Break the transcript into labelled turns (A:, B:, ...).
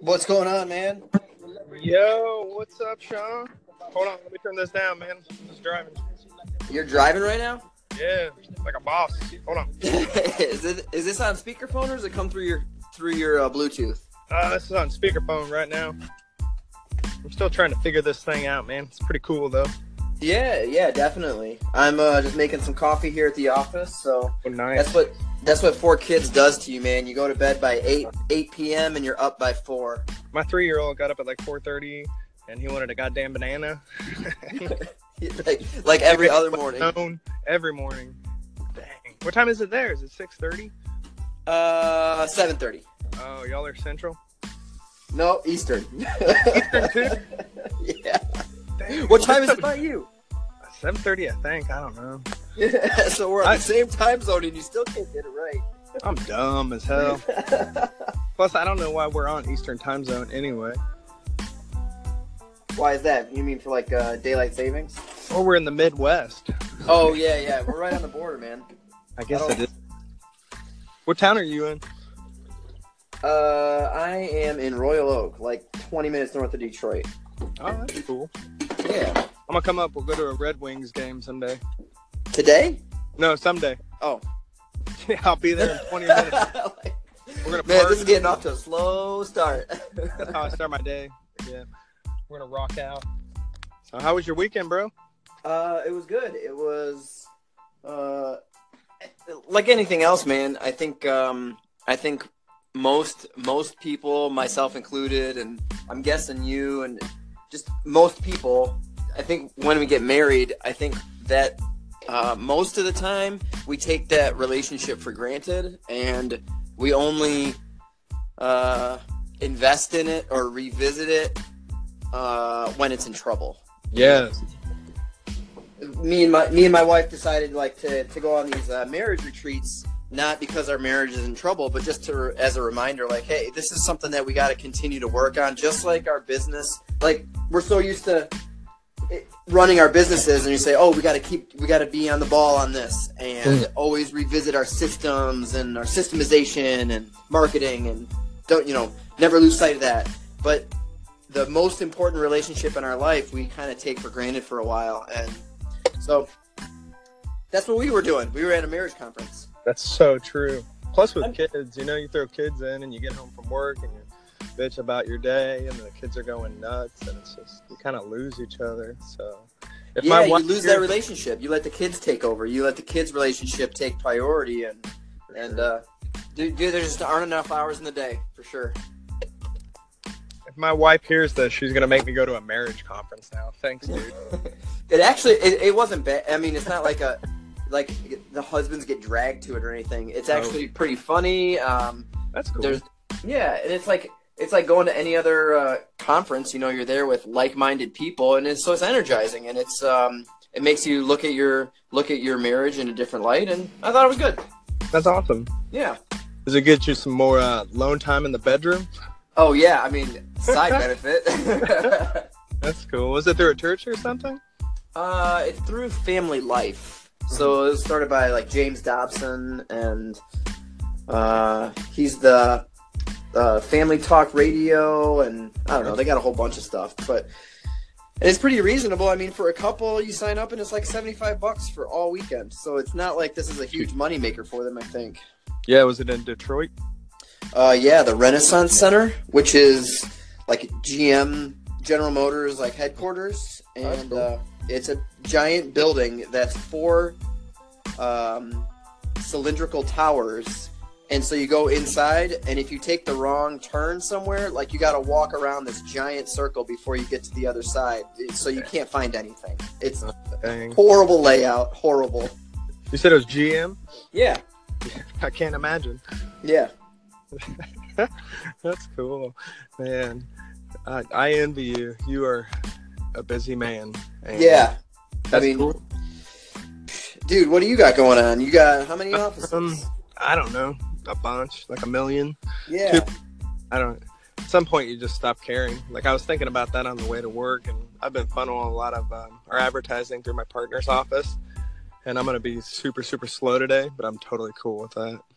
A: What's going on, man?
B: Yo, what's up, Sean? Hold on, let me turn this down, man. I'm just driving.
C: You're driving right now?
B: Yeah, like a boss. Hold on.
C: is, it, is this on speakerphone or does it come through your through your uh, Bluetooth?
B: Uh, this is on speakerphone right now. I'm still trying to figure this thing out, man. It's pretty cool though.
C: Yeah, yeah, definitely. I'm uh, just making some coffee here at the office, so
B: Oh, nice.
C: that's what that's what four kids does to you, man. You go to bed by eight eight p.m. and you're up by four.
B: My three-year-old got up at like 4:30, and he wanted a goddamn banana.
C: like, like every other morning.
B: Known every morning. Dang. What time is it there? Is it 6:30?
C: Uh, seven thirty.
B: Oh, y'all are central.
C: No, Eastern.
B: too?
C: yeah. What time is it by you?
B: 7:30, I think. I don't know.
C: so we're on
B: I-
C: the same time zone, and you still can't get it right.
B: I'm dumb as hell.
C: Oh.
B: Plus, I don't know why we're on Eastern time zone anyway.
C: Why is that? You mean for like uh, daylight savings?
B: Or we're in the Midwest.
C: Oh yeah, yeah. We're right on the border, man.
B: I guess
C: I
B: it
C: don't-
B: is. What town are you in?
C: Uh, I am in Royal Oak, like 20 minutes north of Detroit.
B: Oh, that's cool.
C: Yeah.
B: I'm gonna come up. We'll go to a Red Wings game someday.
C: Today?
B: No, someday.
C: Oh.
B: I'll be there in 20 minutes.
C: Like,
B: We're gonna
C: man,
B: park.
C: this is getting off to a slow start.
B: That's how I start my day. Yeah, we're gonna rock out. So, how was your weekend, bro?
C: Uh, it was good. It was, uh, like anything else, man. I think, um, I think most most people, myself included, and I'm guessing you and just most people. I think when we get married, I think that uh, most of the time we take that relationship for granted, and we only uh, invest in it or revisit it uh, when it's in trouble
B: Yes.
C: me and my me and my wife decided like to, to go on these uh, marriage retreats not because our marriage is in trouble but just to as a reminder like hey this is something that we got to continue to work on just like our business like we're so used to it- running our businesses and you say oh we got to keep we got to be on the ball on this and always revisit our systems and our systemization and marketing and don't you know never lose sight of that but the most important relationship in our life we kind of take for granted for a while and so that's what we were doing. We were at a marriage conference.
B: That's so true. Plus, with
C: I'm-
B: kids, you know, you throw kids in and you get home from work and you bitch about your day, and the kids are going nuts, and it's just you kind of lose each other. So, if
C: yeah, you
B: wife
C: lose
B: hears-
C: that relationship. You let the kids take over. You let the kids' relationship take priority, and and uh, dude, dude, there just aren't enough hours in the day for sure.
B: if my wife hears this, she's gonna make me go to a marriage conference now. Thanks, dude.
C: It actually, it, it wasn't bad. I mean, it's not like a like the husbands get dragged to it or anything. It's
B: Oh.
C: actually pretty funny. Um,
B: That's cool.
C: There's, yeah, and it's like it's like going to any other uh, conference. You know, you're there with like-minded people, and it's so it's energizing, and it's um, it makes you look at your look at your marriage in a different light. And I thought it was good.
B: That's awesome.
C: Yeah.
B: Does it get you some more uh, alone time in the bedroom?
C: Oh yeah. I mean, side benefit.
B: That's cool. Was it through a church or something?
C: uh, it's through Family Life. So it was started by like James Dobson, and uh, he's the uh, Family Talk Radio, and I don't know. They got a whole bunch of stuff, but and it's pretty reasonable. I mean, for a couple, you sign up and it's like seventy-five bucks for all weekend. So it's not like this is a huge moneymaker for them. I think.
B: Yeah, was it in Detroit?
C: Uh, yeah, the Renaissance Center, which is like GM General Motors like headquarters,
B: That's
C: and
B: cool.
C: uh, it's a giant building that's four um, cylindrical towers. And so you go inside, and if you take the wrong turn somewhere, like you got to walk around this giant circle before you get to the other side. So you can't find anything. It's
B: Dang.
C: horrible layout, horrible.
B: You said it was GM?
C: Yeah,
B: I can't imagine.
C: yeah.
B: That's cool. Man, I, I envy you. You are a busy man. and
C: Yeah.
B: That's
C: I mean,
B: cool.
C: dude, what do you got going on? You got how many offices?
B: Um, I don't know. A bunch, like a million.
C: yeah.
B: two- I don't. At some point, you just stop caring. Like I was thinking about that on the way to work, and I've been funneling a lot of um, our advertising through my partner's office. And I'm gonna be super, super slow today, but I'm totally cool with that.